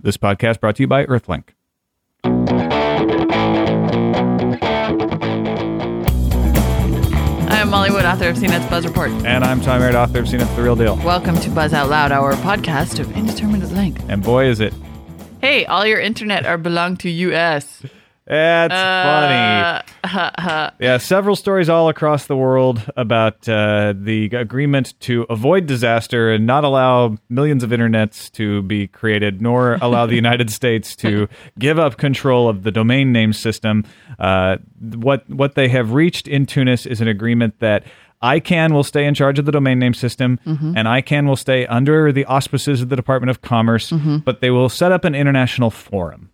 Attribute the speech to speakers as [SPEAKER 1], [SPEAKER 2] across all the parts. [SPEAKER 1] This podcast brought to you by Earthlink.
[SPEAKER 2] I'm Molly Wood, author of CNET's Buzz Report.
[SPEAKER 1] And I'm Tom Merritt, author of Seen It's the Real Deal.
[SPEAKER 2] Welcome to Buzz Out Loud, our podcast of indeterminate length.
[SPEAKER 1] And boy, is it.
[SPEAKER 2] Hey, all your internet are belong to U.S.
[SPEAKER 1] That's funny.
[SPEAKER 2] Uh, ha, ha.
[SPEAKER 1] Yeah, several stories all across the world about uh, the agreement to avoid disaster and not allow millions of internets to be created, nor allow the United States to give up control of the domain name system. Uh, what what they have reached in Tunis is an agreement that. ICANN will stay in charge of the domain name system, and ICANN will stay under the auspices of the Department of Commerce, but they will set up an international forum.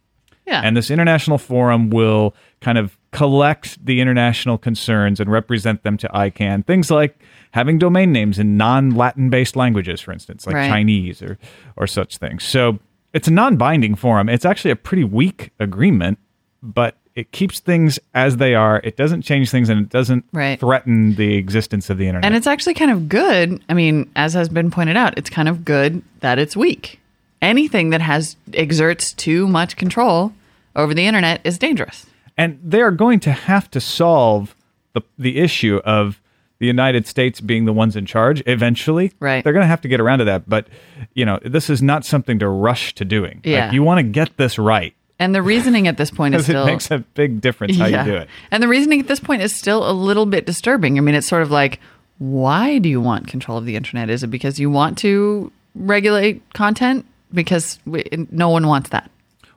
[SPEAKER 2] yeah.
[SPEAKER 1] And this international forum will kind of collect the international concerns and represent them to ICANN. Things like having domain names in non Latin based languages, for instance, like
[SPEAKER 2] Right.
[SPEAKER 1] Chinese or, or such things. So it's a non binding forum. It's actually a pretty weak agreement, but it keeps things as they are. It doesn't change things and it doesn't
[SPEAKER 2] Right.
[SPEAKER 1] threaten the existence of the internet.
[SPEAKER 2] and it's actually kind of good. I mean, as has been pointed out, it's kind of good that it's weak. Anything that has exerts too much control over the internet is dangerous.
[SPEAKER 1] and they are going to have to solve the the issue of the United States being the ones in charge eventually.
[SPEAKER 2] Right.
[SPEAKER 1] They're going to have to get around to that, but you know, this is not something to rush to doing.
[SPEAKER 2] Yeah.
[SPEAKER 1] Like you want to get this right
[SPEAKER 2] And the reasoning at this point is
[SPEAKER 1] because it
[SPEAKER 2] still
[SPEAKER 1] makes a big difference how you do it.
[SPEAKER 2] And the reasoning at this point is still a little bit disturbing. I mean, it's sort of like, why do you want control of the internet? Is it because you want to regulate content? Because we, no one wants that.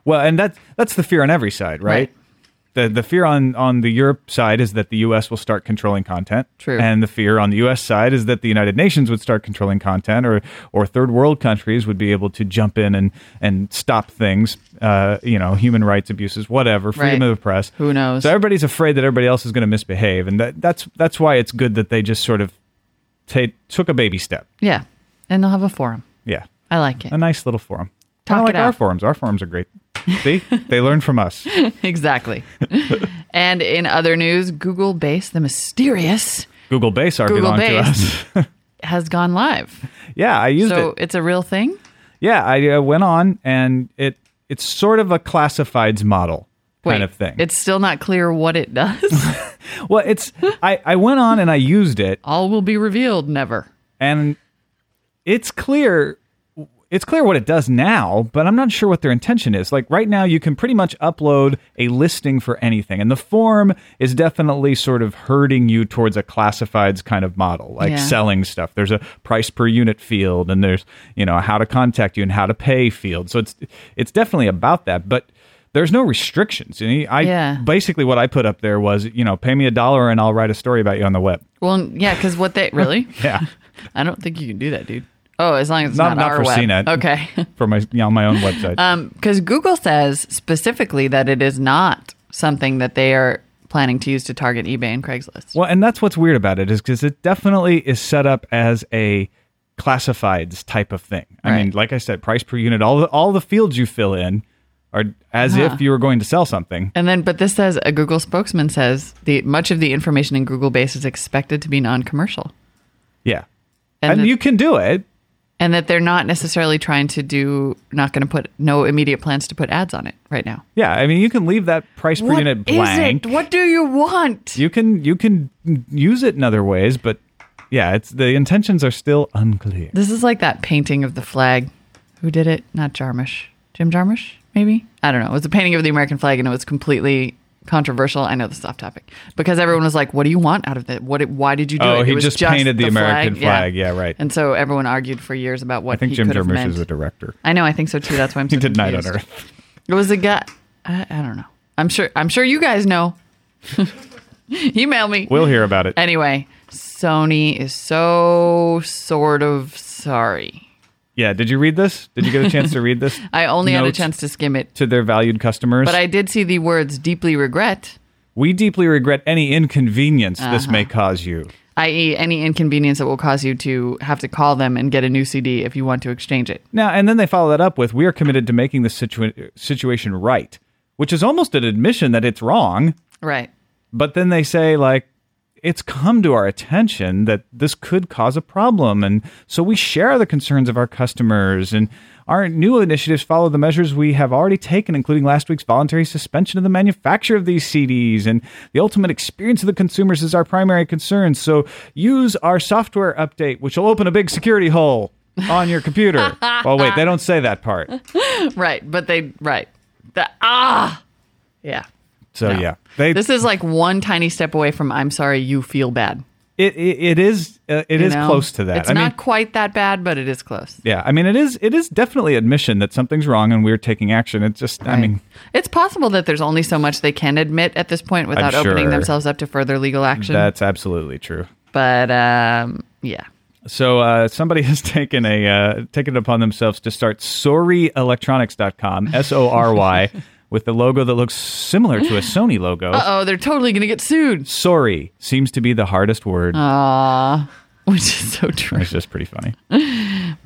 [SPEAKER 1] Well, and that's that's the fear on every side, right?
[SPEAKER 2] Right.
[SPEAKER 1] The the fear on on the Europe side is that the U.S. will start controlling content.
[SPEAKER 2] True.
[SPEAKER 1] And the fear on the U.S. side is that the United Nations would start controlling content, or or third world countries would be able to jump in and and stop things, uh, you know, human rights abuses, whatever, freedom
[SPEAKER 2] Right.
[SPEAKER 1] of the press.
[SPEAKER 2] Who knows?
[SPEAKER 1] So everybody's afraid that everybody else is going to misbehave, and that, that's that's why it's good that they just sort of ta took a baby step.
[SPEAKER 2] Yeah. And they'll have a forum.
[SPEAKER 1] Yeah
[SPEAKER 2] I like it.
[SPEAKER 1] a nice little forum.
[SPEAKER 2] Talk
[SPEAKER 1] Kinda
[SPEAKER 2] it
[SPEAKER 1] like our
[SPEAKER 2] out.
[SPEAKER 1] forums. Our forums are great. See, they learn from us.
[SPEAKER 2] exactly. and in other news, Google Base, the mysterious,
[SPEAKER 1] Google Base are
[SPEAKER 2] Google
[SPEAKER 1] belong
[SPEAKER 2] Base.
[SPEAKER 1] to us.
[SPEAKER 2] has gone live.
[SPEAKER 1] yeah, I used
[SPEAKER 2] So
[SPEAKER 1] it.
[SPEAKER 2] it's a real thing.
[SPEAKER 1] Yeah, I uh, went on and it it's sort of a classifieds model kind
[SPEAKER 2] Wait,
[SPEAKER 1] of thing.
[SPEAKER 2] It's still not clear what it does.
[SPEAKER 1] well, it's I I went on and I used it
[SPEAKER 2] All will be revealed never.
[SPEAKER 1] and it's clear it's clear what it does now, but I'm not sure what their intention is. Like right now, you can pretty much upload a listing for anything, and the form is definitely sort of herding you towards a classifieds kind of model, like
[SPEAKER 2] Yeah.
[SPEAKER 1] selling stuff. There's a price per unit field, and there's you know how to contact you and how to pay field. So it's it's definitely about that, but there's no restrictions. And I
[SPEAKER 2] Yeah.
[SPEAKER 1] basically what I put up there was you know pay me a dollar and I'll write a story about you on the web.
[SPEAKER 2] Well, yeah, because what they really.
[SPEAKER 1] Yeah.
[SPEAKER 2] I don't think you can do that, dude. Oh, as long as it's
[SPEAKER 1] Not-
[SPEAKER 2] not,
[SPEAKER 1] not
[SPEAKER 2] our
[SPEAKER 1] for
[SPEAKER 2] web.
[SPEAKER 1] CNET.
[SPEAKER 2] Okay.
[SPEAKER 1] For my you know, on my own website.
[SPEAKER 2] Because Google says specifically that it is not something that they are planning to use to target eBay and Craigslist.
[SPEAKER 1] Well, and that's what's weird about it is because it definitely is set up as a classifieds type of thing. I mean,
[SPEAKER 2] Right.
[SPEAKER 1] like I said, price per unit, all the, all the fields you fill in are as
[SPEAKER 2] Uh-huh.
[SPEAKER 1] if you were going to sell something.
[SPEAKER 2] And then, but this says a Google spokesman says the much of the information in Google Base is expected to be non-commercial,
[SPEAKER 1] Yeah.
[SPEAKER 2] and
[SPEAKER 1] And,
[SPEAKER 2] that,
[SPEAKER 1] you can do it.
[SPEAKER 2] and that they're not necessarily trying to do, not going to put no immediate plans to put ads on it right now.
[SPEAKER 1] Yeah, I mean, you can leave that price per
[SPEAKER 2] What
[SPEAKER 1] unit
[SPEAKER 2] is
[SPEAKER 1] blank.
[SPEAKER 2] it? What do you want?
[SPEAKER 1] You can you can use it in other ways, but yeah, it's the intentions are still unclear.
[SPEAKER 2] This is like that painting of the flag. Who did it? Not Jarmusch. Jim Jarmusch, maybe? I don't know. It was a painting of the American flag and it was completely controversial. I know this is off topic. Because everyone was like, what do you want out of it? What why did you do it?
[SPEAKER 1] Oh,
[SPEAKER 2] It
[SPEAKER 1] he
[SPEAKER 2] was
[SPEAKER 1] just painted the American flag. Yeah, right.
[SPEAKER 2] And so everyone argued for years about what
[SPEAKER 1] I think
[SPEAKER 2] he
[SPEAKER 1] Jim
[SPEAKER 2] could have
[SPEAKER 1] Jarmusch
[SPEAKER 2] meant.
[SPEAKER 1] is a director.
[SPEAKER 2] I know, I think so too. That's why I'm so
[SPEAKER 1] He did Night on
[SPEAKER 2] confused.
[SPEAKER 1] Earth.
[SPEAKER 2] It was a guy I, I don't know. I'm sure I'm sure you guys know. Email me.
[SPEAKER 1] We'll hear about it.
[SPEAKER 2] Anyway, Sony is so sort of sorry.
[SPEAKER 1] yeah, did you read this? Did you get a chance to read this?
[SPEAKER 2] I only had a
[SPEAKER 1] Notes
[SPEAKER 2] chance to skim it,
[SPEAKER 1] to their valued customers.
[SPEAKER 2] but I did see the words deeply regret,
[SPEAKER 1] We deeply regret any inconvenience this may cause you.
[SPEAKER 2] i.e., any inconvenience that will cause you to have to call them and get a new CD if you want to exchange it.
[SPEAKER 1] Now, and then they follow that up with, "We are committed to making this situa- situation right," which is almost an admission that it's wrong.
[SPEAKER 2] Right.
[SPEAKER 1] But then they say, like, it's come to our attention that this could cause a problem. And so we share the concerns of our customers. And our new initiatives follow the measures we have already taken, including last week's voluntary suspension of the manufacture of these CDs. And the ultimate experience of the consumers is our primary concern. So use our software update, which will open a big security hole on your computer. oh, wait, they don't say that part.
[SPEAKER 2] right, but they right. The, ah, yeah.
[SPEAKER 1] So,
[SPEAKER 2] No.
[SPEAKER 1] yeah. They,
[SPEAKER 2] This is like one tiny step away from "I'm sorry, you feel bad."
[SPEAKER 1] it, it, it is, uh, it
[SPEAKER 2] you
[SPEAKER 1] is
[SPEAKER 2] know?
[SPEAKER 1] close to that.
[SPEAKER 2] It's not quite that bad, but it is close.
[SPEAKER 1] Yeah, I mean it is it is definitely admission that something's wrong and we're taking action. It's just I mean
[SPEAKER 2] it's possible that there's only so much they can admit at this point without opening
[SPEAKER 1] sure.
[SPEAKER 2] themselves up to further legal action.
[SPEAKER 1] that's absolutely true.
[SPEAKER 2] but um, yeah,
[SPEAKER 1] So uh, somebody has taken a uh, taken it upon themselves to start sorryelectronics.com, S O R Y with the logo that looks similar to a Sony logo.
[SPEAKER 2] oh, they're totally gonna get sued.
[SPEAKER 1] Sorry seems to be the hardest word.
[SPEAKER 2] Ah, which is so true.
[SPEAKER 1] it's just pretty funny.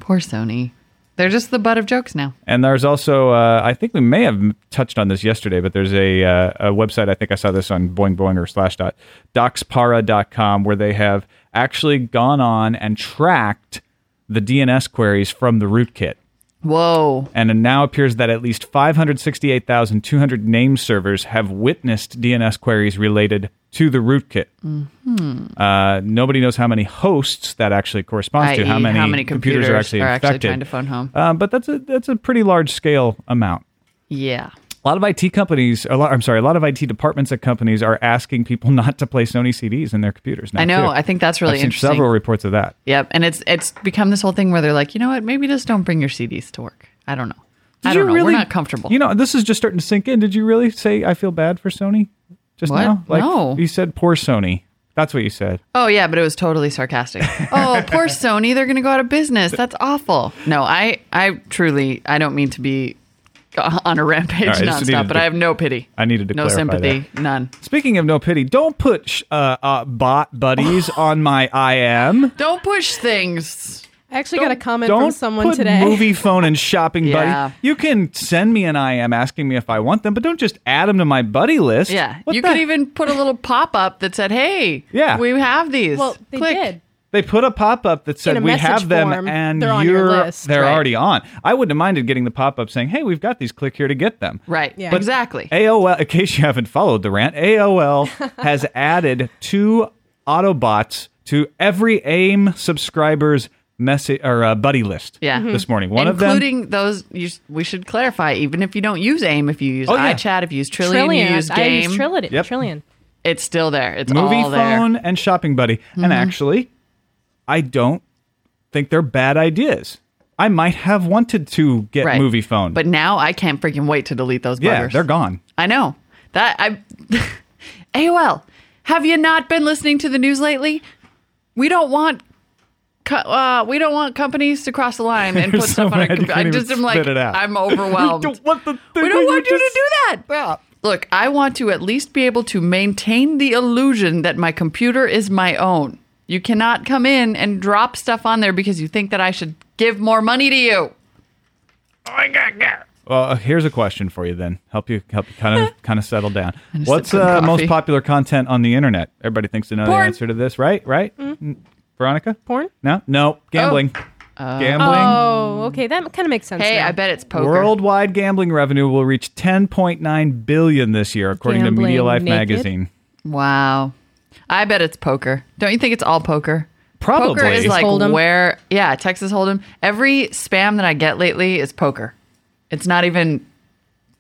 [SPEAKER 2] Poor Sony. They're just the butt of jokes now.
[SPEAKER 1] And there's also, uh, I think we may have touched on this yesterday, but there's a, uh, a website, I think I saw this on Boing Boing or slash dot, doxpara.com, where they have actually gone on and tracked the DNS queries from the rootkit.
[SPEAKER 2] Whoa.
[SPEAKER 1] And it now appears that at least 568,200 name servers have witnessed DNS queries related to the rootkit. Uh, nobody knows how many hosts that actually corresponds to,
[SPEAKER 2] i.e.,
[SPEAKER 1] how many,
[SPEAKER 2] E, computers,
[SPEAKER 1] are actually infected.
[SPEAKER 2] trying to phone home?
[SPEAKER 1] Uh, but that's a that's a pretty large scale amount.
[SPEAKER 2] Yeah.
[SPEAKER 1] A lot of IT companies, a lot, I'm sorry, a lot of IT departments at companies are asking people not to play Sony CDs in their computers now.
[SPEAKER 2] I know.
[SPEAKER 1] too.
[SPEAKER 2] I think that's really
[SPEAKER 1] I've seen
[SPEAKER 2] interesting.
[SPEAKER 1] several reports of that.
[SPEAKER 2] Yep. And it's it's become this whole thing where they're like, you know what? Maybe just don't bring your CDs to work. I don't know. I
[SPEAKER 1] Did
[SPEAKER 2] don't
[SPEAKER 1] you
[SPEAKER 2] know.
[SPEAKER 1] really-
[SPEAKER 2] We're not comfortable.
[SPEAKER 1] You know, this is just starting to sink in. Did you really say I feel bad for Sony just
[SPEAKER 2] What?
[SPEAKER 1] now? Like
[SPEAKER 2] No.
[SPEAKER 1] you said poor Sony. That's what you said.
[SPEAKER 2] oh yeah, but it was totally sarcastic. oh, poor Sony. They're going to go out of business. That's awful. No, I I truly I don't mean to be on a rampage
[SPEAKER 1] All right, I just needed
[SPEAKER 2] nonstop, but
[SPEAKER 1] to-
[SPEAKER 2] I have no pity.
[SPEAKER 1] I needed to
[SPEAKER 2] no
[SPEAKER 1] clarify
[SPEAKER 2] sympathy. None.
[SPEAKER 1] Speaking of no pity, don't put sh- uh, uh, bot buddies on my IM.
[SPEAKER 2] Don't push things.
[SPEAKER 3] I actually got a comment
[SPEAKER 1] don't
[SPEAKER 3] from someone
[SPEAKER 1] put
[SPEAKER 3] today.
[SPEAKER 1] Movie phone and shopping
[SPEAKER 2] Yeah.
[SPEAKER 1] buddy. You can send me an IM asking me if I want them, but don't just add them to my buddy list.
[SPEAKER 2] Yeah.
[SPEAKER 1] What
[SPEAKER 2] you
[SPEAKER 1] the-
[SPEAKER 2] could even put a little pop up that said, "Hey,
[SPEAKER 1] Yeah.
[SPEAKER 2] we have these."
[SPEAKER 3] well, they
[SPEAKER 2] Click.
[SPEAKER 3] did.
[SPEAKER 1] They put a pop up that
[SPEAKER 3] a
[SPEAKER 1] said we
[SPEAKER 3] message
[SPEAKER 1] have them
[SPEAKER 3] form,
[SPEAKER 1] and
[SPEAKER 3] they're on your
[SPEAKER 1] you're
[SPEAKER 3] list,
[SPEAKER 1] they're
[SPEAKER 2] right.
[SPEAKER 1] already on. I wouldn't have minded getting the pop up saying, "Hey, we've got these. Click here to get them."
[SPEAKER 2] Right.
[SPEAKER 3] Yeah.
[SPEAKER 2] Yeah.
[SPEAKER 3] But-
[SPEAKER 2] exactly.
[SPEAKER 1] AOL, in case you haven't followed the rant, AOL has added two Autobots to every AIM subscriber's message or uh, buddy list.
[SPEAKER 2] Yeah.
[SPEAKER 3] Mm-hmm.
[SPEAKER 1] this morning, one of them.
[SPEAKER 2] including those. You, s- we should clarify, even if you don't use AIM, if you use
[SPEAKER 1] Oh, yeah.
[SPEAKER 2] iChat, if you use Trillion,
[SPEAKER 3] Trillion.
[SPEAKER 2] you use
[SPEAKER 3] I
[SPEAKER 2] Game,
[SPEAKER 3] use Trillion.
[SPEAKER 1] Yep.
[SPEAKER 3] Trillion.
[SPEAKER 2] it's still there. It's
[SPEAKER 1] Movie
[SPEAKER 2] all there. Mm-hmm.
[SPEAKER 1] phone and shopping buddy. And actually, I don't think they're bad ideas. I might have wanted to get
[SPEAKER 2] Right.
[SPEAKER 1] movie phone,
[SPEAKER 2] But now I can't freaking wait to delete those buggers.
[SPEAKER 1] yeah, they're gone.
[SPEAKER 2] I know that I. AOL, have you not been listening to the news lately? We don't want. co- Uh, we don't want companies to cross the line and put
[SPEAKER 1] so
[SPEAKER 2] stuff on our
[SPEAKER 1] mad you
[SPEAKER 2] computer. I
[SPEAKER 1] can't even
[SPEAKER 2] just am like,
[SPEAKER 1] spit it out.
[SPEAKER 2] I'm overwhelmed.
[SPEAKER 1] Don't want the
[SPEAKER 2] We don't want you to do that. Look, I want to at least be able to maintain the illusion that my computer is my own. You cannot come in and drop stuff on there because you think that I should give more money to you.
[SPEAKER 1] Well, uh, here's a question for you then. Help you help you kind of kind of settle down.
[SPEAKER 2] just
[SPEAKER 1] What's
[SPEAKER 2] sip some
[SPEAKER 1] uh,
[SPEAKER 2] coffee.
[SPEAKER 1] most popular content on the internet? Everybody thinks to know the
[SPEAKER 2] Porn. Mm-hmm.
[SPEAKER 1] answer to this, right? Right? N- Veronica?
[SPEAKER 3] Porn?
[SPEAKER 1] No, no,
[SPEAKER 2] Oh.
[SPEAKER 1] gambling, gambling.
[SPEAKER 3] Oh, okay. That kind of makes sense.
[SPEAKER 2] Hey,
[SPEAKER 3] now.
[SPEAKER 2] I bet it's poker.
[SPEAKER 1] Worldwide gambling revenue will reach 10.9 billion this year, according to Media
[SPEAKER 3] Gambling
[SPEAKER 1] Life
[SPEAKER 3] naked?
[SPEAKER 1] magazine.
[SPEAKER 2] Wow. I bet it's poker. Don't you think it's all poker? Poker
[SPEAKER 1] Probably.
[SPEAKER 2] is like
[SPEAKER 3] Hold'em.
[SPEAKER 2] where, yeah, Texas Hold'em. Every spam that I get lately is poker. It's not even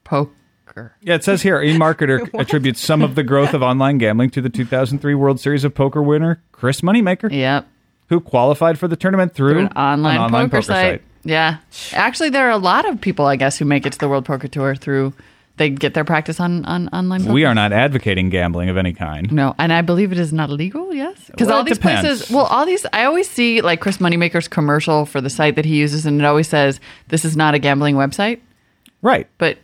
[SPEAKER 2] poker.
[SPEAKER 1] Yeah, it says here, eMarketer attributes some of the growth of online gambling to the 2003 World Series of Poker winner Chris Moneymaker,
[SPEAKER 2] Yep.
[SPEAKER 1] who qualified for the tournament through,
[SPEAKER 2] an online,
[SPEAKER 1] an online
[SPEAKER 2] poker, site. Yeah. Actually, there are a lot of people, I guess, who make it to the World Poker Tour through they get their practice on, on online poker.
[SPEAKER 1] We are not advocating gambling of any kind.
[SPEAKER 2] no, and I believe it is not illegal. Yes, because
[SPEAKER 1] Well,
[SPEAKER 2] all
[SPEAKER 1] it
[SPEAKER 2] these
[SPEAKER 1] depends.
[SPEAKER 2] places. Well, all these. I always see like Chris Moneymaker's commercial for the site that he uses, and it always says this is not a gambling website,
[SPEAKER 1] Right,
[SPEAKER 2] but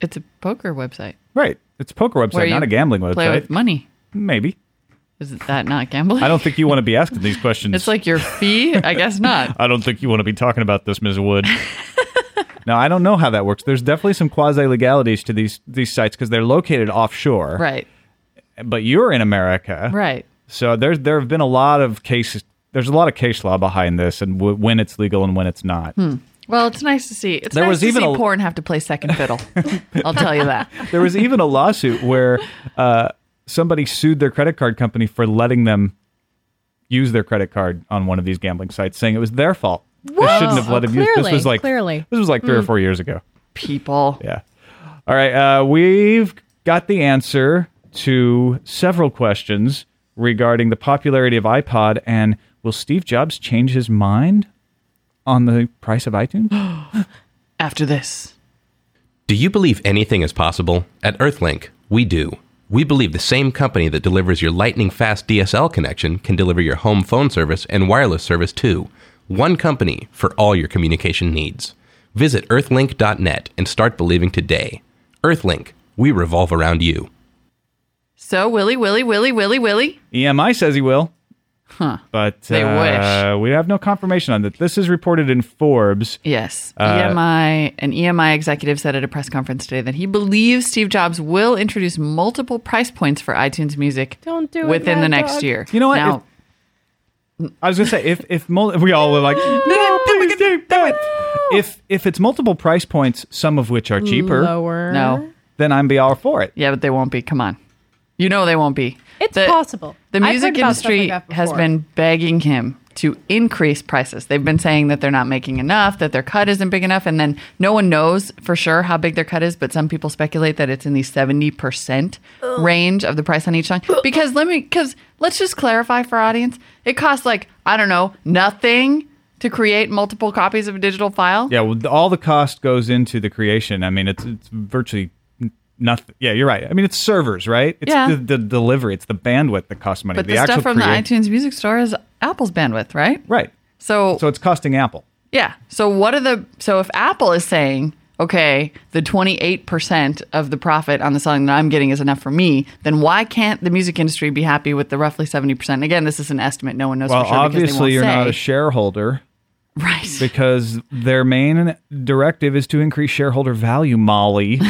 [SPEAKER 2] it's a poker website.
[SPEAKER 1] right. It's a poker
[SPEAKER 2] where
[SPEAKER 1] website, not
[SPEAKER 2] you
[SPEAKER 1] a gambling
[SPEAKER 2] Play
[SPEAKER 1] website.
[SPEAKER 2] with money.
[SPEAKER 1] Maybe.
[SPEAKER 2] Is that not gambling?
[SPEAKER 1] I don't think you want to be asking these questions.
[SPEAKER 2] It's like your fee. I guess not.
[SPEAKER 1] I don't think you want to be talking about this, Ms. Wood. no, I don't know how that works. There's definitely some quasi legalities to these these sites because they're located offshore.
[SPEAKER 2] Right.
[SPEAKER 1] But you're in America.
[SPEAKER 2] Right.
[SPEAKER 1] So there there have been a lot of cases. There's a lot of case law behind this, and w- when it's legal and when it's not.
[SPEAKER 3] Hmm.
[SPEAKER 2] Well, it's nice to see. It's
[SPEAKER 1] There
[SPEAKER 2] nice
[SPEAKER 1] was
[SPEAKER 2] to
[SPEAKER 1] even
[SPEAKER 2] see
[SPEAKER 1] a-
[SPEAKER 2] porn have to play second fiddle. I'll tell you that.
[SPEAKER 1] There was even a lawsuit where uh, somebody sued their credit card company for letting them use their credit card on one of these gambling sites, saying it was their fault. They
[SPEAKER 3] What?
[SPEAKER 1] shouldn't have let
[SPEAKER 3] Oh,
[SPEAKER 1] them use. This
[SPEAKER 3] clearly,
[SPEAKER 1] was like
[SPEAKER 3] clearly. Hmm.
[SPEAKER 1] this was like three or four years ago.
[SPEAKER 2] People.
[SPEAKER 1] Yeah. All right. Uh, we've got the answer to several questions regarding the popularity of iPod and will Steve Jobs change his mind on the price of iTunes?
[SPEAKER 2] After this,
[SPEAKER 4] Do you believe anything is possible? At Earthlink, we do. We believe the same company that delivers your lightning fast DSL connection can deliver your home phone service and wireless service too. One company for all your communication needs. Visit earthlink.net and start believing today. Earthlink, we revolve around you.
[SPEAKER 2] so Willy, Willy, Willy, Willy, Willy.
[SPEAKER 1] EMI E says he will. Huh. But
[SPEAKER 2] They
[SPEAKER 1] uh, we have no confirmation on that. This is reported in Forbes.
[SPEAKER 2] Yes.
[SPEAKER 1] Uh,
[SPEAKER 2] EMI, an EMI executive said at a press conference today that he believes Steve Jobs will introduce multiple price points for iTunes music
[SPEAKER 3] Don't do it,
[SPEAKER 2] within the
[SPEAKER 3] Mad
[SPEAKER 2] next
[SPEAKER 3] Dog.
[SPEAKER 2] year.
[SPEAKER 1] You know what?
[SPEAKER 2] Now,
[SPEAKER 1] If- I was gonna say if if mul- we all were like, no, please do it. If if it's multiple price points, some of which are cheaper,
[SPEAKER 3] Lower.
[SPEAKER 2] no.
[SPEAKER 1] then I'm be all for it.
[SPEAKER 2] Yeah, but they won't be. Come on. You know they won't be.
[SPEAKER 3] It's
[SPEAKER 2] The-
[SPEAKER 3] possible.
[SPEAKER 2] The
[SPEAKER 3] I've
[SPEAKER 2] music
[SPEAKER 3] heard about stuff like
[SPEAKER 2] industry
[SPEAKER 3] that
[SPEAKER 2] has
[SPEAKER 3] before.
[SPEAKER 2] been begging him to increase prices. They've been saying that they're not making enough, that their cut isn't big enough, and then no one knows for sure how big their cut is, but some people speculate that it's in the 70% range of the price on each song. Because let me cuz let's just clarify for our audience. It costs like, I don't know, nothing to create multiple copies of a digital file.
[SPEAKER 1] Yeah, well, th- all the cost goes into the creation. I mean, it's it's virtually n- nothing. Yeah, you're right. I mean, it's servers, right? It's
[SPEAKER 2] Yeah.
[SPEAKER 1] the, the delivery, it's the bandwidth that costs money.
[SPEAKER 2] But the, stuff
[SPEAKER 1] actual
[SPEAKER 2] from
[SPEAKER 1] creat-
[SPEAKER 2] the iTunes Music Store is Apple's bandwidth, right?
[SPEAKER 1] right?
[SPEAKER 2] So,
[SPEAKER 1] So it's costing Apple.
[SPEAKER 2] Yeah. So what are the so if Apple is saying, okay, the 28% of the profit on the selling that I'm getting is enough for me, then why can't the music industry be happy with the roughly 70%? Again, this is an estimate. No one knows
[SPEAKER 1] Well,
[SPEAKER 2] for sure because they
[SPEAKER 1] obviously,
[SPEAKER 2] won't
[SPEAKER 1] you're
[SPEAKER 2] say.
[SPEAKER 1] not a shareholder
[SPEAKER 2] right.
[SPEAKER 1] because their main directive is to increase shareholder value. Molly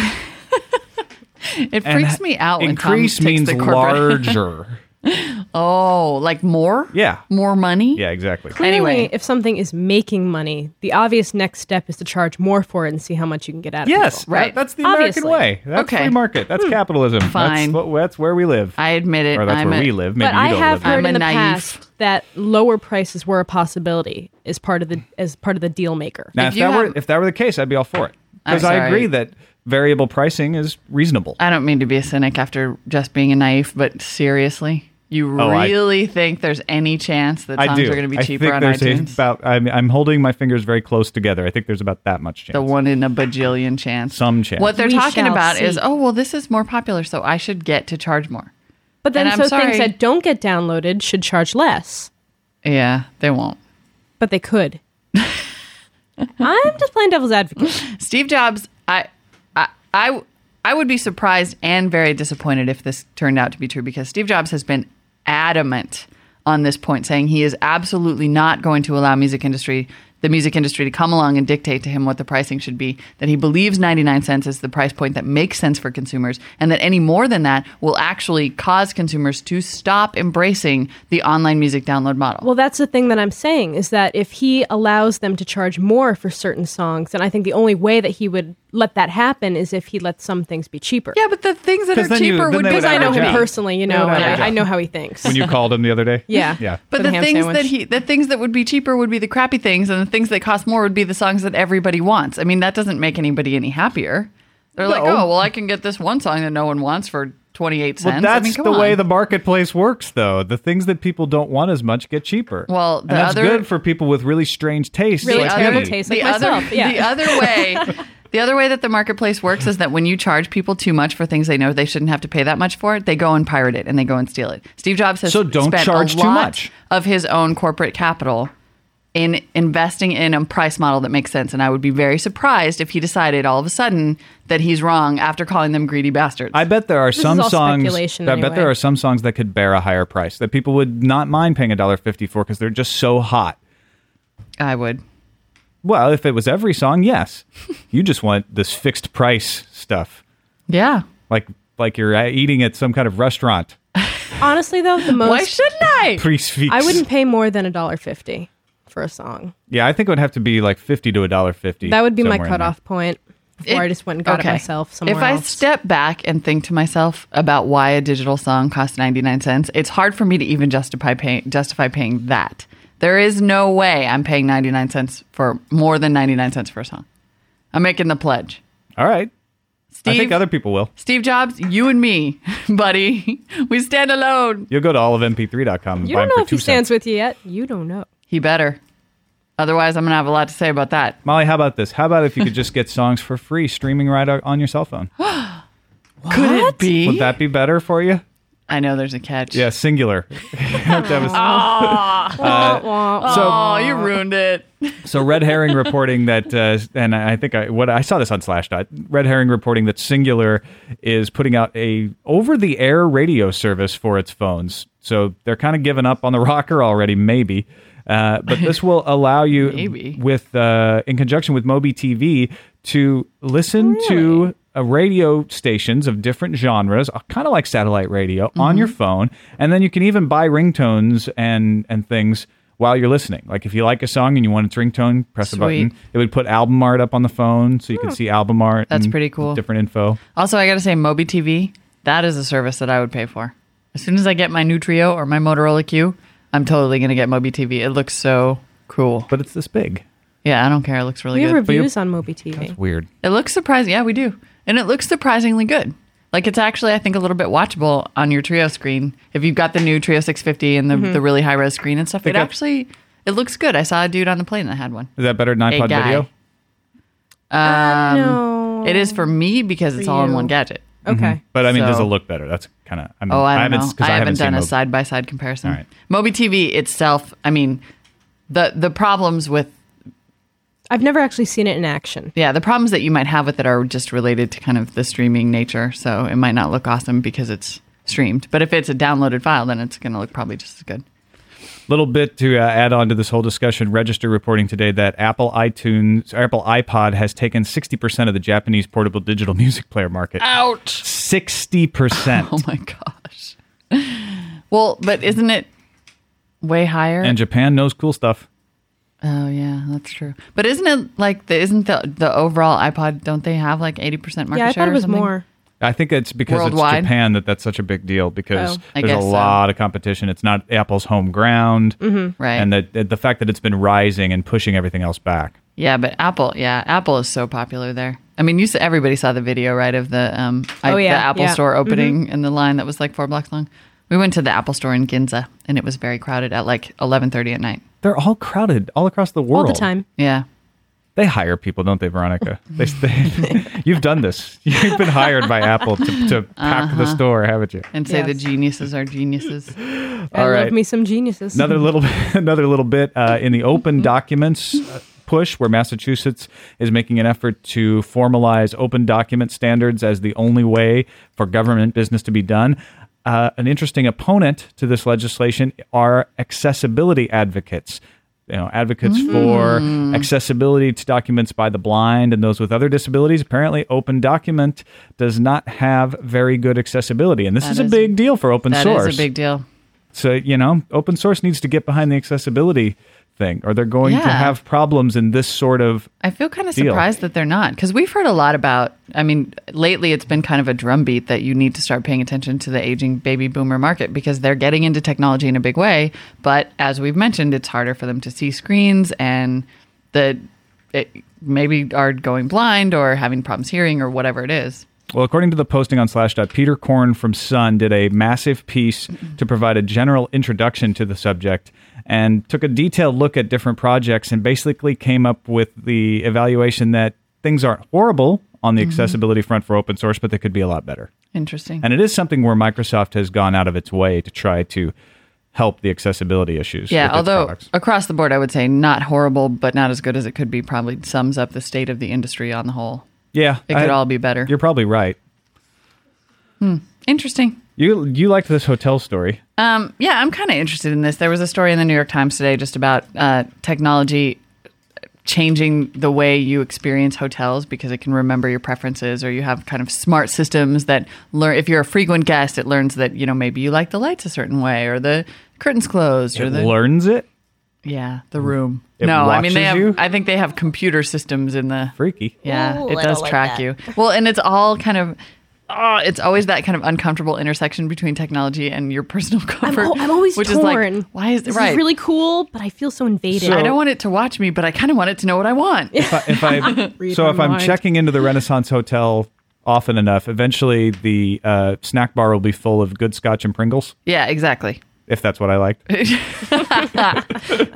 [SPEAKER 2] it freaks me out when Tom
[SPEAKER 1] increase
[SPEAKER 2] takes
[SPEAKER 1] means
[SPEAKER 2] the corporate.
[SPEAKER 1] larger.
[SPEAKER 2] Oh, like more?
[SPEAKER 1] Yeah.
[SPEAKER 2] More money?
[SPEAKER 1] yeah, exactly.
[SPEAKER 3] Clearly,
[SPEAKER 2] Anyway.
[SPEAKER 3] if something is making money, the obvious next step is to charge more for it and see how much you can get out of
[SPEAKER 1] Yes,
[SPEAKER 3] people.
[SPEAKER 2] Right.
[SPEAKER 1] right. That's the American
[SPEAKER 3] Obviously.
[SPEAKER 1] way. That's
[SPEAKER 2] Okay. Hmm.
[SPEAKER 1] free market. That's capitalism.
[SPEAKER 2] Fine.
[SPEAKER 1] That's, what, that's where we live.
[SPEAKER 2] I admit it.
[SPEAKER 1] or that's
[SPEAKER 2] I'm
[SPEAKER 1] where
[SPEAKER 2] a-
[SPEAKER 1] we live. Maybe
[SPEAKER 3] But
[SPEAKER 1] you
[SPEAKER 3] I
[SPEAKER 1] don't
[SPEAKER 3] have
[SPEAKER 1] live there.
[SPEAKER 3] heard in
[SPEAKER 2] I'm
[SPEAKER 3] the
[SPEAKER 2] a naive-
[SPEAKER 3] past that lower prices were a possibility as part of the as part of the deal maker.
[SPEAKER 1] Now,
[SPEAKER 2] If
[SPEAKER 1] if,
[SPEAKER 2] you
[SPEAKER 1] that
[SPEAKER 2] have-
[SPEAKER 1] were if that were the case, I'd be all for it
[SPEAKER 2] I'm
[SPEAKER 1] because I
[SPEAKER 2] sorry. Uh,
[SPEAKER 1] agree that variable pricing is reasonable.
[SPEAKER 2] I don't mean to be a cynic after just being a naive, but seriously, you
[SPEAKER 1] Oh, I-
[SPEAKER 2] really think there's any chance that songs
[SPEAKER 1] I do.
[SPEAKER 2] are going to be
[SPEAKER 1] I
[SPEAKER 2] cheaper
[SPEAKER 1] think
[SPEAKER 2] on
[SPEAKER 1] there's a-
[SPEAKER 2] iTunes?
[SPEAKER 1] about. I'm, I'm holding my fingers very close together. I think there's about that much chance.
[SPEAKER 2] the one in a bajillion chance.
[SPEAKER 1] Some chance.
[SPEAKER 2] What they're
[SPEAKER 3] We
[SPEAKER 2] talking
[SPEAKER 3] shall
[SPEAKER 2] about is,
[SPEAKER 3] see.
[SPEAKER 2] oh well, this is more popular, so I should get to charge more.
[SPEAKER 3] But then
[SPEAKER 2] And I'm
[SPEAKER 3] so
[SPEAKER 2] sorry.
[SPEAKER 3] things that don't get downloaded should charge less.
[SPEAKER 2] Yeah, they won't.
[SPEAKER 3] But they could. I'm just playing devil's advocate.
[SPEAKER 2] Steve Jobs, I, I, I, I would be surprised and very disappointed if this turned out to be true because Steve Jobs has been adamant on this point, saying he is absolutely not going to allow music industry, the music industry, to come along and dictate to him what the pricing should be. That he believes 99 cents is the price point that makes sense for consumers, and that any more than that will actually cause consumers to stop embracing the online music download model.
[SPEAKER 3] Well, that's the thing that I'm saying is that if he allows them to charge more for certain songs, then I think the only way that he would let that happen is if he lets some things be cheaper.
[SPEAKER 2] yeah, but the things that
[SPEAKER 1] 'Cause
[SPEAKER 2] are
[SPEAKER 1] then you-
[SPEAKER 2] cheaper
[SPEAKER 1] then
[SPEAKER 2] would
[SPEAKER 1] they
[SPEAKER 2] be
[SPEAKER 1] would
[SPEAKER 3] Because I know
[SPEAKER 1] average
[SPEAKER 3] him
[SPEAKER 1] out.
[SPEAKER 3] personally, you
[SPEAKER 1] They
[SPEAKER 3] know,
[SPEAKER 1] would
[SPEAKER 3] and
[SPEAKER 1] average
[SPEAKER 3] I, I
[SPEAKER 1] out.
[SPEAKER 3] know how he thinks.
[SPEAKER 1] when you called him the other day.
[SPEAKER 3] Yeah.
[SPEAKER 1] yeah.
[SPEAKER 2] But
[SPEAKER 3] for
[SPEAKER 2] the
[SPEAKER 3] the ham
[SPEAKER 2] things that
[SPEAKER 3] sandwich.
[SPEAKER 2] he, the things that would be cheaper would be the crappy things, and the things that cost more would be the songs that everybody wants. I mean, that doesn't make anybody any happier. They're like,
[SPEAKER 1] No.
[SPEAKER 2] oh well, I can get this one song that no one wants for twenty eight cents.
[SPEAKER 1] Well,
[SPEAKER 2] I
[SPEAKER 1] that's
[SPEAKER 2] mean, come
[SPEAKER 1] the
[SPEAKER 2] on.
[SPEAKER 1] way the marketplace works, though. The things that people don't want as much get cheaper.
[SPEAKER 2] Well,
[SPEAKER 1] And
[SPEAKER 2] the
[SPEAKER 1] that's
[SPEAKER 2] other-
[SPEAKER 1] good for people with really strange tastes.
[SPEAKER 3] Really
[SPEAKER 1] like
[SPEAKER 3] terrible
[SPEAKER 1] me.
[SPEAKER 3] taste. like myself,
[SPEAKER 2] Other,
[SPEAKER 3] yeah.
[SPEAKER 2] The other way. The other way that the marketplace works is that when you charge people too much for things they know they shouldn't have to pay that much for, they go and pirate it and they go and steal it. Steve Jobs has
[SPEAKER 1] So don't
[SPEAKER 2] spent
[SPEAKER 1] charge
[SPEAKER 2] a
[SPEAKER 1] too
[SPEAKER 2] lot
[SPEAKER 1] much.
[SPEAKER 2] of his own corporate capital in investing in a price model that makes sense. And I would be very surprised if he decided all of a sudden that he's wrong after calling them greedy bastards.
[SPEAKER 1] I bet there are
[SPEAKER 3] is
[SPEAKER 1] some
[SPEAKER 3] all
[SPEAKER 1] songs.
[SPEAKER 3] speculation
[SPEAKER 1] I bet
[SPEAKER 3] anyway.
[SPEAKER 1] there are some songs that could bear a higher price that people would not mind paying a dollar fifty for because they're just so hot.
[SPEAKER 2] I would.
[SPEAKER 1] Well, if it was every song, yes. you just want this fixed price stuff,
[SPEAKER 2] Yeah.
[SPEAKER 1] like like you're uh, eating at some kind of restaurant.
[SPEAKER 3] Honestly, though, the most
[SPEAKER 2] Why shouldn't I?
[SPEAKER 1] Prefix.
[SPEAKER 3] I wouldn't pay more than a dollar fifty for a song.
[SPEAKER 1] Yeah, I think it would have to be like fifty to a dollar fifty.
[SPEAKER 3] That would be my
[SPEAKER 1] somewhere in there.
[SPEAKER 3] cuff point. Before
[SPEAKER 2] It-
[SPEAKER 3] I just went and got
[SPEAKER 2] okay.
[SPEAKER 3] it myself somewhere
[SPEAKER 2] If I
[SPEAKER 3] else.
[SPEAKER 2] step back and think to myself about why a digital song costs 99 cents, it's hard for me to even justify paying justify paying that. There is no way I'm paying 99 cents for more than 99 cents for a song. I'm making the pledge.
[SPEAKER 1] All right. I
[SPEAKER 2] Steve,
[SPEAKER 1] think other people will.
[SPEAKER 2] Steve Jobs, you and me, buddy. We stand alone.
[SPEAKER 1] You'll go to olivemp3.com and
[SPEAKER 3] you
[SPEAKER 1] buy them
[SPEAKER 3] don't know
[SPEAKER 1] for
[SPEAKER 3] if
[SPEAKER 1] two
[SPEAKER 3] he
[SPEAKER 1] cents.
[SPEAKER 3] stands with you yet. You don't know.
[SPEAKER 2] He better. Otherwise, I'm going to have a lot to say about that.
[SPEAKER 1] Molly, how about this? How about if you could just get songs for free streaming right o- on your cell phone?
[SPEAKER 2] Could it be?
[SPEAKER 1] Would that be better for you?
[SPEAKER 2] I know there's a catch.
[SPEAKER 1] Yeah, singular. You have to have
[SPEAKER 3] Ah.
[SPEAKER 1] a-
[SPEAKER 3] Wah, wah.
[SPEAKER 1] so
[SPEAKER 2] Oh, you ruined it.
[SPEAKER 1] So red herring reporting that, uh, and I think I what I saw this on Slashdot. Red herring reporting that Singular is putting out a over-the-air radio service for its phones. So they're kind of giving up on the rocker already, maybe. Uh, but this will allow you,
[SPEAKER 2] Maybe.
[SPEAKER 1] with uh, in conjunction with Mobi TV, to listen to uh, radio stations of different genres, kind of like satellite radio,
[SPEAKER 2] Mm-hmm.
[SPEAKER 1] on your phone, and then you can even buy ringtones and and things while you're listening. Like if you like a song and you want its ringtone, press a button.
[SPEAKER 2] Sweet.
[SPEAKER 1] It would put album art up on the phone, so you can see album art.
[SPEAKER 2] That's
[SPEAKER 1] and
[SPEAKER 2] pretty cool.
[SPEAKER 1] Different info.
[SPEAKER 2] Also, I got to say, Mobi TV, that is a service that I would pay for. As soon as I get my new Trio or my Motorola Q, I'm totally going to get Mobi TV. It looks so cool.
[SPEAKER 1] But it's this big.
[SPEAKER 2] Yeah, I don't care. It looks really
[SPEAKER 3] we have
[SPEAKER 2] good.
[SPEAKER 3] reviews on Moby TV.
[SPEAKER 2] Um,
[SPEAKER 1] It's weird.
[SPEAKER 2] It looks surprising. Yeah, we do. And it looks surprisingly good. Like it's actually, I think, a little bit watchable on your Trio screen. If you've got the new Trio 650 and the,
[SPEAKER 3] Mm-hmm.
[SPEAKER 2] the really high res screen and stuff, it
[SPEAKER 1] got-
[SPEAKER 2] actually it looks good. I saw a dude on the plane that had one.
[SPEAKER 1] Is that better than
[SPEAKER 2] A
[SPEAKER 1] iPod
[SPEAKER 2] guy. Um,
[SPEAKER 1] video?
[SPEAKER 3] Uh, no,
[SPEAKER 2] It is for me because it's all in
[SPEAKER 3] you.
[SPEAKER 2] one gadget.
[SPEAKER 3] okay.
[SPEAKER 1] Mm-hmm. But I mean, does it
[SPEAKER 2] So-
[SPEAKER 1] look better? That's kind of. I mean,
[SPEAKER 2] Oh, I, don't
[SPEAKER 1] haven't,
[SPEAKER 2] know.
[SPEAKER 1] 'cause
[SPEAKER 2] I, haven't
[SPEAKER 1] seen
[SPEAKER 2] done a
[SPEAKER 1] Mobi.
[SPEAKER 2] side by side comparison.
[SPEAKER 1] All right.
[SPEAKER 2] Mobi TV itself, I mean, the the problems with
[SPEAKER 3] I've never actually seen it in action.
[SPEAKER 2] yeah, the problems that you might have with it are just related to kind of the streaming nature. So it might not look awesome because it's streamed, but if it's a downloaded file, then it's going to look probably just as good.
[SPEAKER 1] little bit to uh, add on to this whole discussion register reporting today that apple itunes or apple ipod has taken 60% of the japanese portable digital music player market
[SPEAKER 2] Ouch!
[SPEAKER 1] 60%
[SPEAKER 2] Oh my gosh. Well, but isn't it way higher?
[SPEAKER 1] and japan knows cool stuff
[SPEAKER 2] oh yeah, that's true. But isn't it like the isn't the the overall iPod? Don't they have like eighty percent market
[SPEAKER 3] Yeah, I
[SPEAKER 2] share?
[SPEAKER 3] thought it
[SPEAKER 2] or
[SPEAKER 3] was
[SPEAKER 2] something?
[SPEAKER 3] more.
[SPEAKER 1] i think it's because
[SPEAKER 2] Worldwide?
[SPEAKER 1] it's japan that that's such a big deal because
[SPEAKER 3] Oh.
[SPEAKER 2] I
[SPEAKER 1] there's a
[SPEAKER 2] guess so.
[SPEAKER 1] lot of competition it's not apple's home ground
[SPEAKER 2] right?
[SPEAKER 1] and that that the fact that it's been rising and pushing everything else back
[SPEAKER 2] Yeah, but Apple, yeah, Apple is so popular there. I mean, you saw, everybody saw the video, right, of the um, I,
[SPEAKER 3] Oh, yeah,
[SPEAKER 2] the Apple
[SPEAKER 3] yeah.
[SPEAKER 2] store opening and the line that was like four blocks long. We went to the Apple store in Ginza, and it was very crowded at like eleven thirty at night.
[SPEAKER 1] they're all crowded all across the
[SPEAKER 3] All
[SPEAKER 1] world
[SPEAKER 3] the time.
[SPEAKER 2] Yeah,
[SPEAKER 1] They hire people, don't they, Veronica? They, they, you've done this. You've been hired by Apple to, to pack the store, haven't you?
[SPEAKER 2] and say the
[SPEAKER 3] Yes.
[SPEAKER 2] geniuses are geniuses.
[SPEAKER 3] I
[SPEAKER 1] All
[SPEAKER 3] love
[SPEAKER 1] right.
[SPEAKER 3] me some geniuses.
[SPEAKER 1] Another little, bit- another little bit uh, in the open documents uh, push, where Massachusetts is making an effort to formalize open document standards as the only way for government business to be done. Uh, an interesting opponent to this legislation are accessibility advocates. You know, advocates
[SPEAKER 2] Hmm.
[SPEAKER 1] for accessibility to documents by the blind and those with other disabilities. Apparently, Open Document does not have very good accessibility, and this is a
[SPEAKER 2] is-
[SPEAKER 1] big deal for open
[SPEAKER 2] That is
[SPEAKER 1] source.
[SPEAKER 2] a big deal.
[SPEAKER 1] So, you know, open source needs to get behind the accessibility thing, or they're going to
[SPEAKER 2] Yeah.
[SPEAKER 1] have problems in this sort of.
[SPEAKER 2] I feel kind of
[SPEAKER 1] deal.
[SPEAKER 2] surprised that they're not because we've heard a lot about. I mean, lately it's been kind of a drumbeat that you need to start paying attention to the aging baby boomer market because they're getting into technology in a big way. But as we've mentioned, it's harder for them to see screens and the it, maybe are going blind or having problems hearing or whatever it is.
[SPEAKER 1] Well, according to the posting on Slashdot, Peter Korn from Sun did a massive piece to provide a general introduction to the subject and took a detailed look at different projects and basically came up with the evaluation that things aren't horrible on
[SPEAKER 2] Mm-hmm.
[SPEAKER 1] the accessibility front for open source, but they could be a lot better.
[SPEAKER 2] Interesting.
[SPEAKER 1] And it is something where Microsoft has gone out of its way to try to help the accessibility issues. with
[SPEAKER 2] yeah,
[SPEAKER 1] its
[SPEAKER 2] although
[SPEAKER 1] products.
[SPEAKER 2] across the board, I would say not horrible, but not as good as it could be. Probably sums up the state of the industry on the whole.
[SPEAKER 1] yeah,
[SPEAKER 2] It could all be better.
[SPEAKER 1] You're probably right.
[SPEAKER 2] Interesting.
[SPEAKER 1] You you liked this hotel story.
[SPEAKER 2] Um, yeah, I'm kind of interested in this. There was a story in the New York Times today just about uh, technology changing the way you experience hotels because it can remember your preferences or you have kind of smart systems that learn if you're a frequent guest it learns that you know maybe you like the lights a certain way or the curtains closed or
[SPEAKER 1] It
[SPEAKER 2] the
[SPEAKER 1] learns it.
[SPEAKER 2] yeah the room
[SPEAKER 1] It
[SPEAKER 2] no i mean they
[SPEAKER 1] watches
[SPEAKER 2] have
[SPEAKER 1] you?
[SPEAKER 2] i think they have computer systems in the
[SPEAKER 1] Freaky.
[SPEAKER 2] yeah,
[SPEAKER 5] Ooh,
[SPEAKER 2] it
[SPEAKER 5] I
[SPEAKER 2] does
[SPEAKER 5] don't like
[SPEAKER 2] track
[SPEAKER 5] that.
[SPEAKER 2] you. Well, and it's all kind of, oh, it's always that kind of uncomfortable intersection between technology and your personal
[SPEAKER 3] I'm,
[SPEAKER 2] comfort.
[SPEAKER 3] al- I'm always
[SPEAKER 2] which
[SPEAKER 3] torn.
[SPEAKER 2] Is like, why is
[SPEAKER 3] this
[SPEAKER 2] right?
[SPEAKER 3] is really cool, but I feel so invaded.
[SPEAKER 2] I don't want it to watch me, but I kind of want it to know what I want.
[SPEAKER 1] If I, if I
[SPEAKER 3] Read
[SPEAKER 1] so
[SPEAKER 3] my
[SPEAKER 1] if I'm
[SPEAKER 3] mind.
[SPEAKER 1] checking into the Renaissance Hotel often enough, eventually the uh, snack bar will be full of good Scotch and Pringles.
[SPEAKER 2] yeah, exactly.
[SPEAKER 1] If that's what I liked.
[SPEAKER 2] Uh,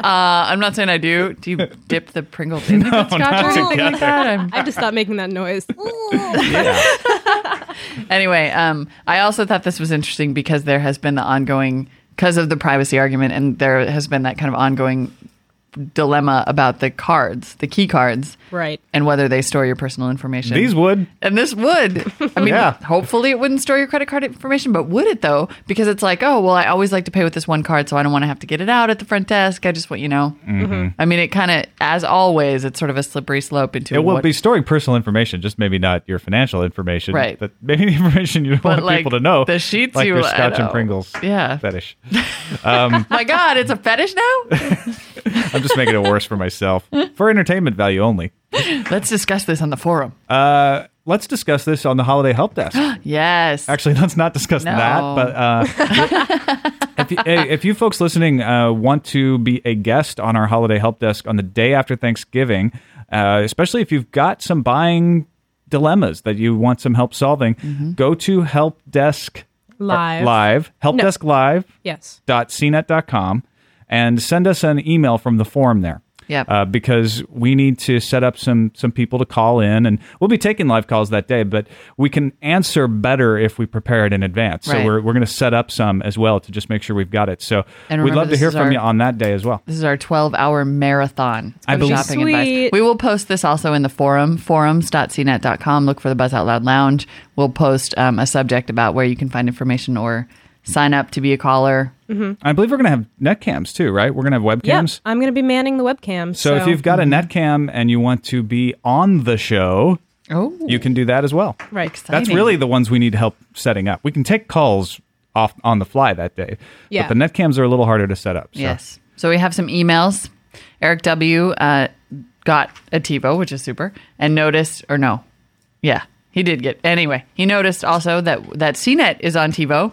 [SPEAKER 2] I'm not saying I do. Do you dip the Pringles in the good scotch or
[SPEAKER 1] not
[SPEAKER 2] anything like that? I'm-
[SPEAKER 3] I just stopped making that noise.
[SPEAKER 2] anyway, um, I also thought this was interesting because there has been the ongoing, because of the privacy argument, and there has been that kind of ongoing dilemma about the cards, the key cards,
[SPEAKER 3] Right.
[SPEAKER 2] and whether they store your personal information.
[SPEAKER 1] These would.
[SPEAKER 2] And this would. I mean,
[SPEAKER 1] Yeah.
[SPEAKER 2] hopefully it wouldn't store your credit card information, but would it though? Because it's like, oh, well, I always like to pay with this one card, so I don't want to have to get it out at the front desk. I just want, you know.
[SPEAKER 1] Mm-hmm.
[SPEAKER 2] I mean, it kind of, as always, it's sort of a slippery slope into
[SPEAKER 1] It will
[SPEAKER 2] what-
[SPEAKER 1] be storing personal information, just maybe not your financial information.
[SPEAKER 2] Right.
[SPEAKER 1] But maybe the information you don't
[SPEAKER 2] But,
[SPEAKER 1] want
[SPEAKER 2] like,
[SPEAKER 1] people to know.
[SPEAKER 2] the sheets
[SPEAKER 1] like
[SPEAKER 2] you
[SPEAKER 1] your
[SPEAKER 2] let
[SPEAKER 1] Scotch and
[SPEAKER 2] out.
[SPEAKER 1] Pringles
[SPEAKER 2] Yeah.
[SPEAKER 1] fetish.
[SPEAKER 2] My God, it's a fetish now?
[SPEAKER 1] I'm just making it worse for myself for entertainment value only.
[SPEAKER 2] Let's discuss this on the forum.
[SPEAKER 1] Uh, let's discuss this on the holiday help desk.
[SPEAKER 2] Yes.
[SPEAKER 1] Actually, let's not discuss
[SPEAKER 2] No.
[SPEAKER 1] that. But uh, if, you, hey, if you folks listening uh, want to be a guest on our holiday help desk on the day after Thanksgiving, uh, especially if you've got some buying dilemmas that you want some help solving, go to help desk uh,
[SPEAKER 3] Live.
[SPEAKER 1] live help desk live
[SPEAKER 3] Yes.
[SPEAKER 1] cnet.com and send us an email from the form there.
[SPEAKER 2] Yep.
[SPEAKER 1] Uh, because we need to set up some some people to call in, and we'll be taking live calls that day. But we can answer better if we prepare it in advance. So
[SPEAKER 2] Right.
[SPEAKER 1] we're, we're going to set up some as well to just make sure we've got it. So
[SPEAKER 2] And
[SPEAKER 1] we'd
[SPEAKER 2] remember,
[SPEAKER 1] love to
[SPEAKER 2] this
[SPEAKER 1] hear
[SPEAKER 2] is
[SPEAKER 1] from
[SPEAKER 2] our- Mm-hmm.
[SPEAKER 1] you on that day as well.
[SPEAKER 2] This is our 12 hour marathon.
[SPEAKER 1] I
[SPEAKER 2] of
[SPEAKER 1] believe-
[SPEAKER 2] shopping
[SPEAKER 3] Sweet.
[SPEAKER 2] advice. We will post this also in the forum, forums.cnet.com. Look for the Buzz Out Loud Lounge. We'll post um, a subject about where you can find information or sign up to be a caller.
[SPEAKER 1] I believe we're going to have net cams too, right? We're going to have
[SPEAKER 3] Yep.
[SPEAKER 1] webcams.
[SPEAKER 3] I'm going to be manning the webcam.
[SPEAKER 1] So, if you've got a
[SPEAKER 2] Mm-hmm.
[SPEAKER 1] netcam and you want to be on the show,
[SPEAKER 2] Oh,
[SPEAKER 1] you can do that as well.
[SPEAKER 3] Right.
[SPEAKER 1] That's
[SPEAKER 2] Exciting.
[SPEAKER 1] really the ones we need help setting up. We can take calls off on the fly that day.
[SPEAKER 3] Yeah.
[SPEAKER 1] But the net cams are a little harder to set up. So.
[SPEAKER 2] Yes. So we have some emails. Eric W. Uh, got a TiVo, which is super, and noticed, or no, yeah, he did get. Anyway, he noticed also that that CNET is on TiVo,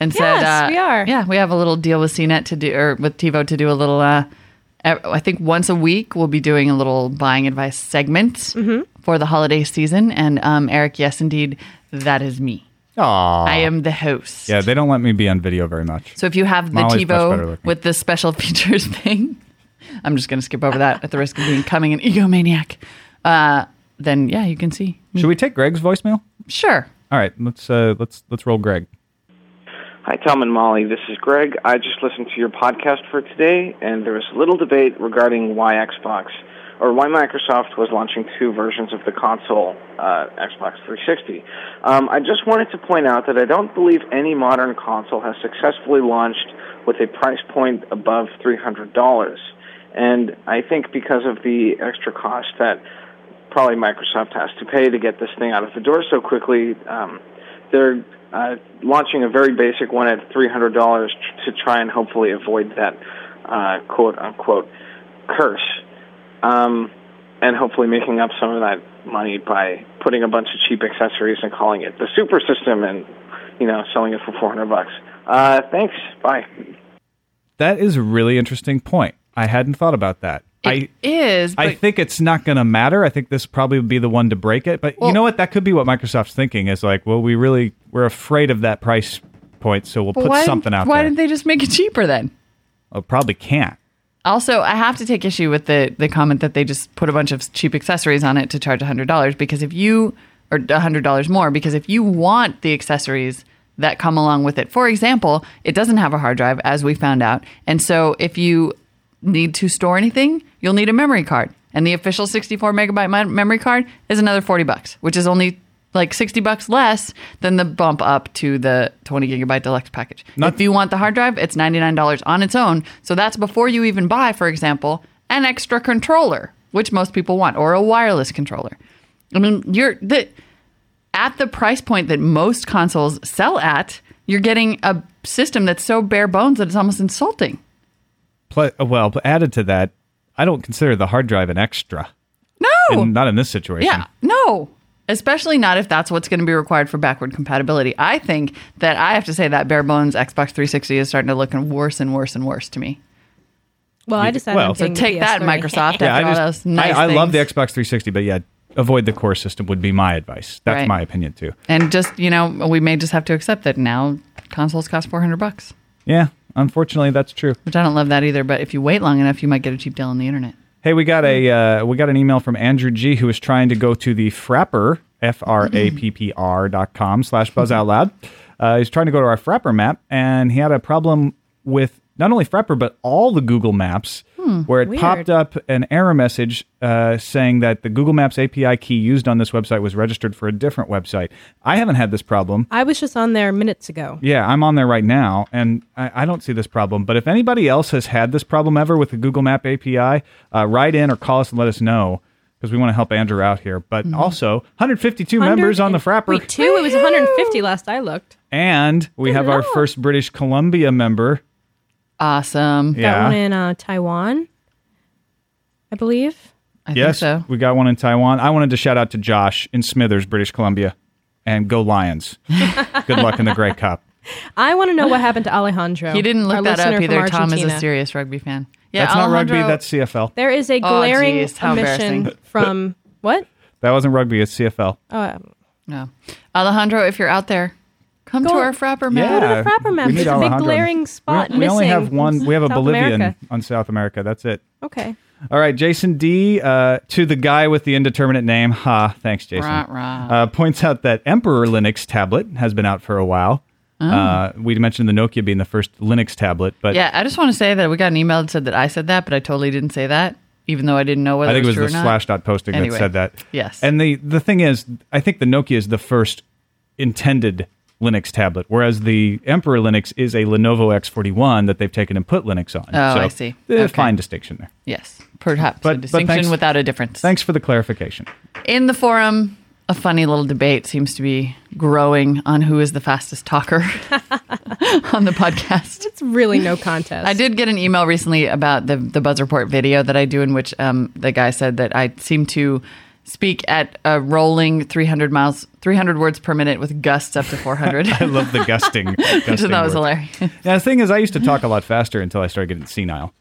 [SPEAKER 2] and
[SPEAKER 3] Yes,
[SPEAKER 2] said, uh,
[SPEAKER 3] we are.
[SPEAKER 2] Yeah, we have a little deal with CNET to do, or with TiVo to do a little. Uh, ev- I think once a week we'll be doing a little buying advice segment
[SPEAKER 3] Mm-hmm.
[SPEAKER 2] for the holiday season. And um, Eric, yes, indeed, that is me.
[SPEAKER 1] Aw.
[SPEAKER 2] I am the host.
[SPEAKER 1] Yeah, they don't let me be on video very much.
[SPEAKER 2] So if you have the
[SPEAKER 1] Molly's much better
[SPEAKER 2] TiVo
[SPEAKER 1] looking.
[SPEAKER 2] with the special features thing, I'm just going to skip over that at the risk of becoming an egomaniac. Uh, then yeah, you can see.
[SPEAKER 1] Should we take Greg's voicemail?
[SPEAKER 2] Sure.
[SPEAKER 1] All right, let's uh, let's let's roll Greg.
[SPEAKER 6] Hi, Tom and Molly. This is Greg. I just listened to your podcast for today, and there was a little debate regarding why Xbox or why Microsoft was launching two versions of the console, uh, Xbox 360. Um, I just wanted to point out that I don't believe any modern console has successfully launched with a price point above $300. And I think because of the extra cost that probably Microsoft has to pay to get this thing out of the door so quickly. Um, they're uh, launching a very basic one at $300 tr- to try and hopefully avoid that uh, quote unquote curse. Um, and hopefully making up some of that money by putting a bunch of cheap accessories and calling it the super system and, you know, selling it for 400 bucks. Uh, thanks. Bye.
[SPEAKER 1] That is a really interesting point. I hadn't thought about that. I
[SPEAKER 2] It is, But
[SPEAKER 1] I think it's not going to matter. I think this probably would be the one to break it. But you
[SPEAKER 2] Well-
[SPEAKER 1] know what? That could be what Microsoft's thinking is like. Well, we really we're afraid of that price point, so we'll
[SPEAKER 2] but
[SPEAKER 1] put
[SPEAKER 2] why,
[SPEAKER 1] something out
[SPEAKER 2] Why
[SPEAKER 1] there.
[SPEAKER 2] didn't they just make it cheaper then?
[SPEAKER 1] oh, probably can't.
[SPEAKER 2] Also, I have to take issue with the the comment that they just put a bunch of cheap accessories on it to charge hundred dollars because if you or hundred dollars more because if you want the accessories that come along with it, for example, it doesn't have a hard drive as we found out, and so if you need to store anything, you'll need a memory card, and the official sixty four megabyte mi- memory card is another forty bucks, which is only like 60 bucks less than the bump up to the 20 gigabyte deluxe package. if you want the hard drive, it's $99 on its own. So that's before you even buy, for example, an extra controller. which most people want, or a wireless controller. I mean, you're the at the price point that most consoles sell at, you're getting a system that's so bare bones that it's almost insulting.
[SPEAKER 1] Pla well, added to that, I don't consider the hard drive an extra.
[SPEAKER 2] No.
[SPEAKER 1] And not in this situation.
[SPEAKER 2] Yeah, no. Especially not if that's what's going to be required for backward compatibility. I think that I have to say that bare bones Xbox 360 is starting to look worse and worse and worse to me.
[SPEAKER 3] Well, I decided.
[SPEAKER 1] well,
[SPEAKER 3] I'm
[SPEAKER 1] so
[SPEAKER 3] taking the
[SPEAKER 2] Take that,
[SPEAKER 3] PS3.
[SPEAKER 2] Microsoft.
[SPEAKER 1] Yeah,
[SPEAKER 2] after
[SPEAKER 1] I
[SPEAKER 2] all
[SPEAKER 1] just
[SPEAKER 2] those nice
[SPEAKER 1] I, I love the
[SPEAKER 2] things.
[SPEAKER 1] Xbox 360, but yeah, avoid the core system would be my advice. That's
[SPEAKER 2] Right.
[SPEAKER 1] my opinion too.
[SPEAKER 2] and just you know, we may just have to accept that now consoles cost 400 bucks,
[SPEAKER 1] Yeah, unfortunately, that's true.
[SPEAKER 2] which I don't love that either. But if you wait long enough, you might get a cheap deal on the internet.
[SPEAKER 1] Hey, we got a
[SPEAKER 2] Hmm.
[SPEAKER 1] uh, we got an email from Andrew G who is trying to go to the Frapper f r a p p r dot com slash buzz
[SPEAKER 2] Mm-hmm.
[SPEAKER 1] out loud. Uh, he's trying to go to our Frapper map, and he had a problem with not only Frapper but all the Google Maps,
[SPEAKER 2] Hmm,
[SPEAKER 1] where it
[SPEAKER 3] weird.
[SPEAKER 1] popped up an error message uh, saying that the Google Maps API key used on this website was registered for a different website. I haven't had this problem.
[SPEAKER 3] I was just on there minutes ago.
[SPEAKER 1] Yeah, I'm on there right now, and I, I don't see this problem. But if anybody else has had this problem ever with the Google Map API, uh, write in or call us and let us know because we want to help Andrew out here. But
[SPEAKER 2] Mm-hmm.
[SPEAKER 1] also, 152 members on the Frapper,
[SPEAKER 3] Wait, two? It was 150 last I looked.
[SPEAKER 1] and we have our
[SPEAKER 3] Hello.
[SPEAKER 1] first British Columbia member.
[SPEAKER 2] Awesome.
[SPEAKER 1] yeah,
[SPEAKER 3] That one in uh, Taiwan, I believe.
[SPEAKER 2] I
[SPEAKER 1] yes,
[SPEAKER 2] think so.
[SPEAKER 1] we got one in Taiwan. I wanted to shout out to Josh in Smithers, British Columbia, and go Lions. Good luck in the Grey Cup.
[SPEAKER 3] I want to know what happened to Alejandro.
[SPEAKER 2] He didn't
[SPEAKER 3] our
[SPEAKER 2] look that
[SPEAKER 3] listener
[SPEAKER 2] up
[SPEAKER 3] from
[SPEAKER 2] either. Tom is a
[SPEAKER 3] Argentina.
[SPEAKER 2] serious rugby fan. Yeah,
[SPEAKER 1] that's not
[SPEAKER 2] Alejandro-
[SPEAKER 1] rugby. That's CFL.
[SPEAKER 3] There is a glaring
[SPEAKER 2] geez, Oh, how
[SPEAKER 3] omission
[SPEAKER 2] embarrassing.
[SPEAKER 3] from what?
[SPEAKER 1] That wasn't rugby. It's CFL.
[SPEAKER 3] Uh,
[SPEAKER 2] No. Alejandro, if you're out there, come to
[SPEAKER 3] Go-
[SPEAKER 2] our Frapper Map.
[SPEAKER 1] Yeah.
[SPEAKER 3] the Frapper map.
[SPEAKER 1] we
[SPEAKER 3] There's
[SPEAKER 1] need
[SPEAKER 3] a big
[SPEAKER 1] Alejandro.
[SPEAKER 3] glaring spot
[SPEAKER 1] we, we only
[SPEAKER 3] missing
[SPEAKER 1] have one.
[SPEAKER 3] from
[SPEAKER 1] We have a
[SPEAKER 3] South
[SPEAKER 1] Bolivian
[SPEAKER 3] America.
[SPEAKER 1] on South America. That's it.
[SPEAKER 3] Okay.
[SPEAKER 1] All right, Jason D. Uh, to the guy with the indeterminate name. Ha! Thanks, Jason.
[SPEAKER 2] Rah, rah.
[SPEAKER 1] Uh, points out that Emperor Linux tablet has been out for a while. Uh, we mentioned the Nokia being the first Linux tablet, but
[SPEAKER 2] Yeah, I just want to say that we got an email that said that I said that, but I totally didn't say that, even though I didn't know whether
[SPEAKER 1] I think it was
[SPEAKER 2] true
[SPEAKER 1] the
[SPEAKER 2] or not.
[SPEAKER 1] Slashdot posting
[SPEAKER 2] Anyway,
[SPEAKER 1] that said that.
[SPEAKER 2] yes.
[SPEAKER 1] And the the thing is, I think the Nokia is the first intended Linux tablet, whereas the Emperor Linux is a Lenovo X41 that they've taken and put Linux on.
[SPEAKER 2] Oh,
[SPEAKER 1] so,
[SPEAKER 2] I see.
[SPEAKER 1] eh,
[SPEAKER 2] Okay.
[SPEAKER 1] Fine distinction there.
[SPEAKER 2] Yes, perhaps
[SPEAKER 1] But-
[SPEAKER 2] a
[SPEAKER 1] but
[SPEAKER 2] distinction
[SPEAKER 1] thanks-
[SPEAKER 2] without a difference.
[SPEAKER 1] Thanks for the clarification.
[SPEAKER 2] In the forum, a funny little debate seems to be growing on who is the fastest talker on the podcast.
[SPEAKER 3] It's really no contest.
[SPEAKER 2] I did get an email recently about the the buzz report video that I do, in which um, the guy said that I seem to speak at a rolling 300 miles, 300 words per minute with gusts up to 400.
[SPEAKER 1] I love the gusting. gusting
[SPEAKER 2] so that was
[SPEAKER 1] word.
[SPEAKER 2] hilarious.
[SPEAKER 1] Now, the thing is, I used to talk a lot faster until I started getting senile.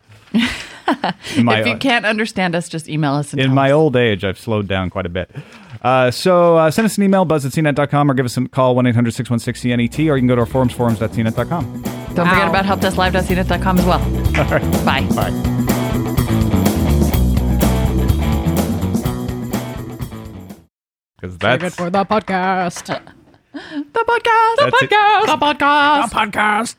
[SPEAKER 1] In my,
[SPEAKER 2] if you can't understand us, just email us. And
[SPEAKER 1] uh, in
[SPEAKER 2] tell
[SPEAKER 1] my
[SPEAKER 2] us.
[SPEAKER 1] old age, I've slowed down quite a bit. Uh, so uh, send us an email, buzz at cnet.com, or give us a call, 1 800 616 CNET, E or you can go to our forums, forums.cnet.com.
[SPEAKER 2] don't forget
[SPEAKER 3] Ow.
[SPEAKER 2] about helpdesklive.cnet.com as well. Bye.
[SPEAKER 1] Bye. Because that's.
[SPEAKER 3] for the podcast.
[SPEAKER 2] The podcast.
[SPEAKER 1] That's it.
[SPEAKER 2] The podcast.
[SPEAKER 1] podcast.